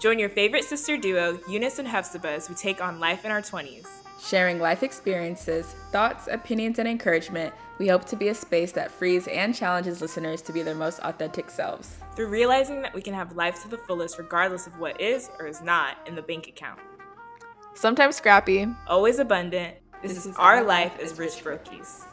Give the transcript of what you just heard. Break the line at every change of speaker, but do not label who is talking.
Join your favorite sister duo, Eunice and Hefzibah, as we take on life in our 20s.
Sharing life experiences, thoughts, opinions, and encouragement, we hope to be a space that frees and challenges listeners to be their most authentic selves.
Through realizing that we can have life to the fullest regardless of what is or is not in the bank account.
Sometimes scrappy,
Always abundant, this, is, our life as rich rookies.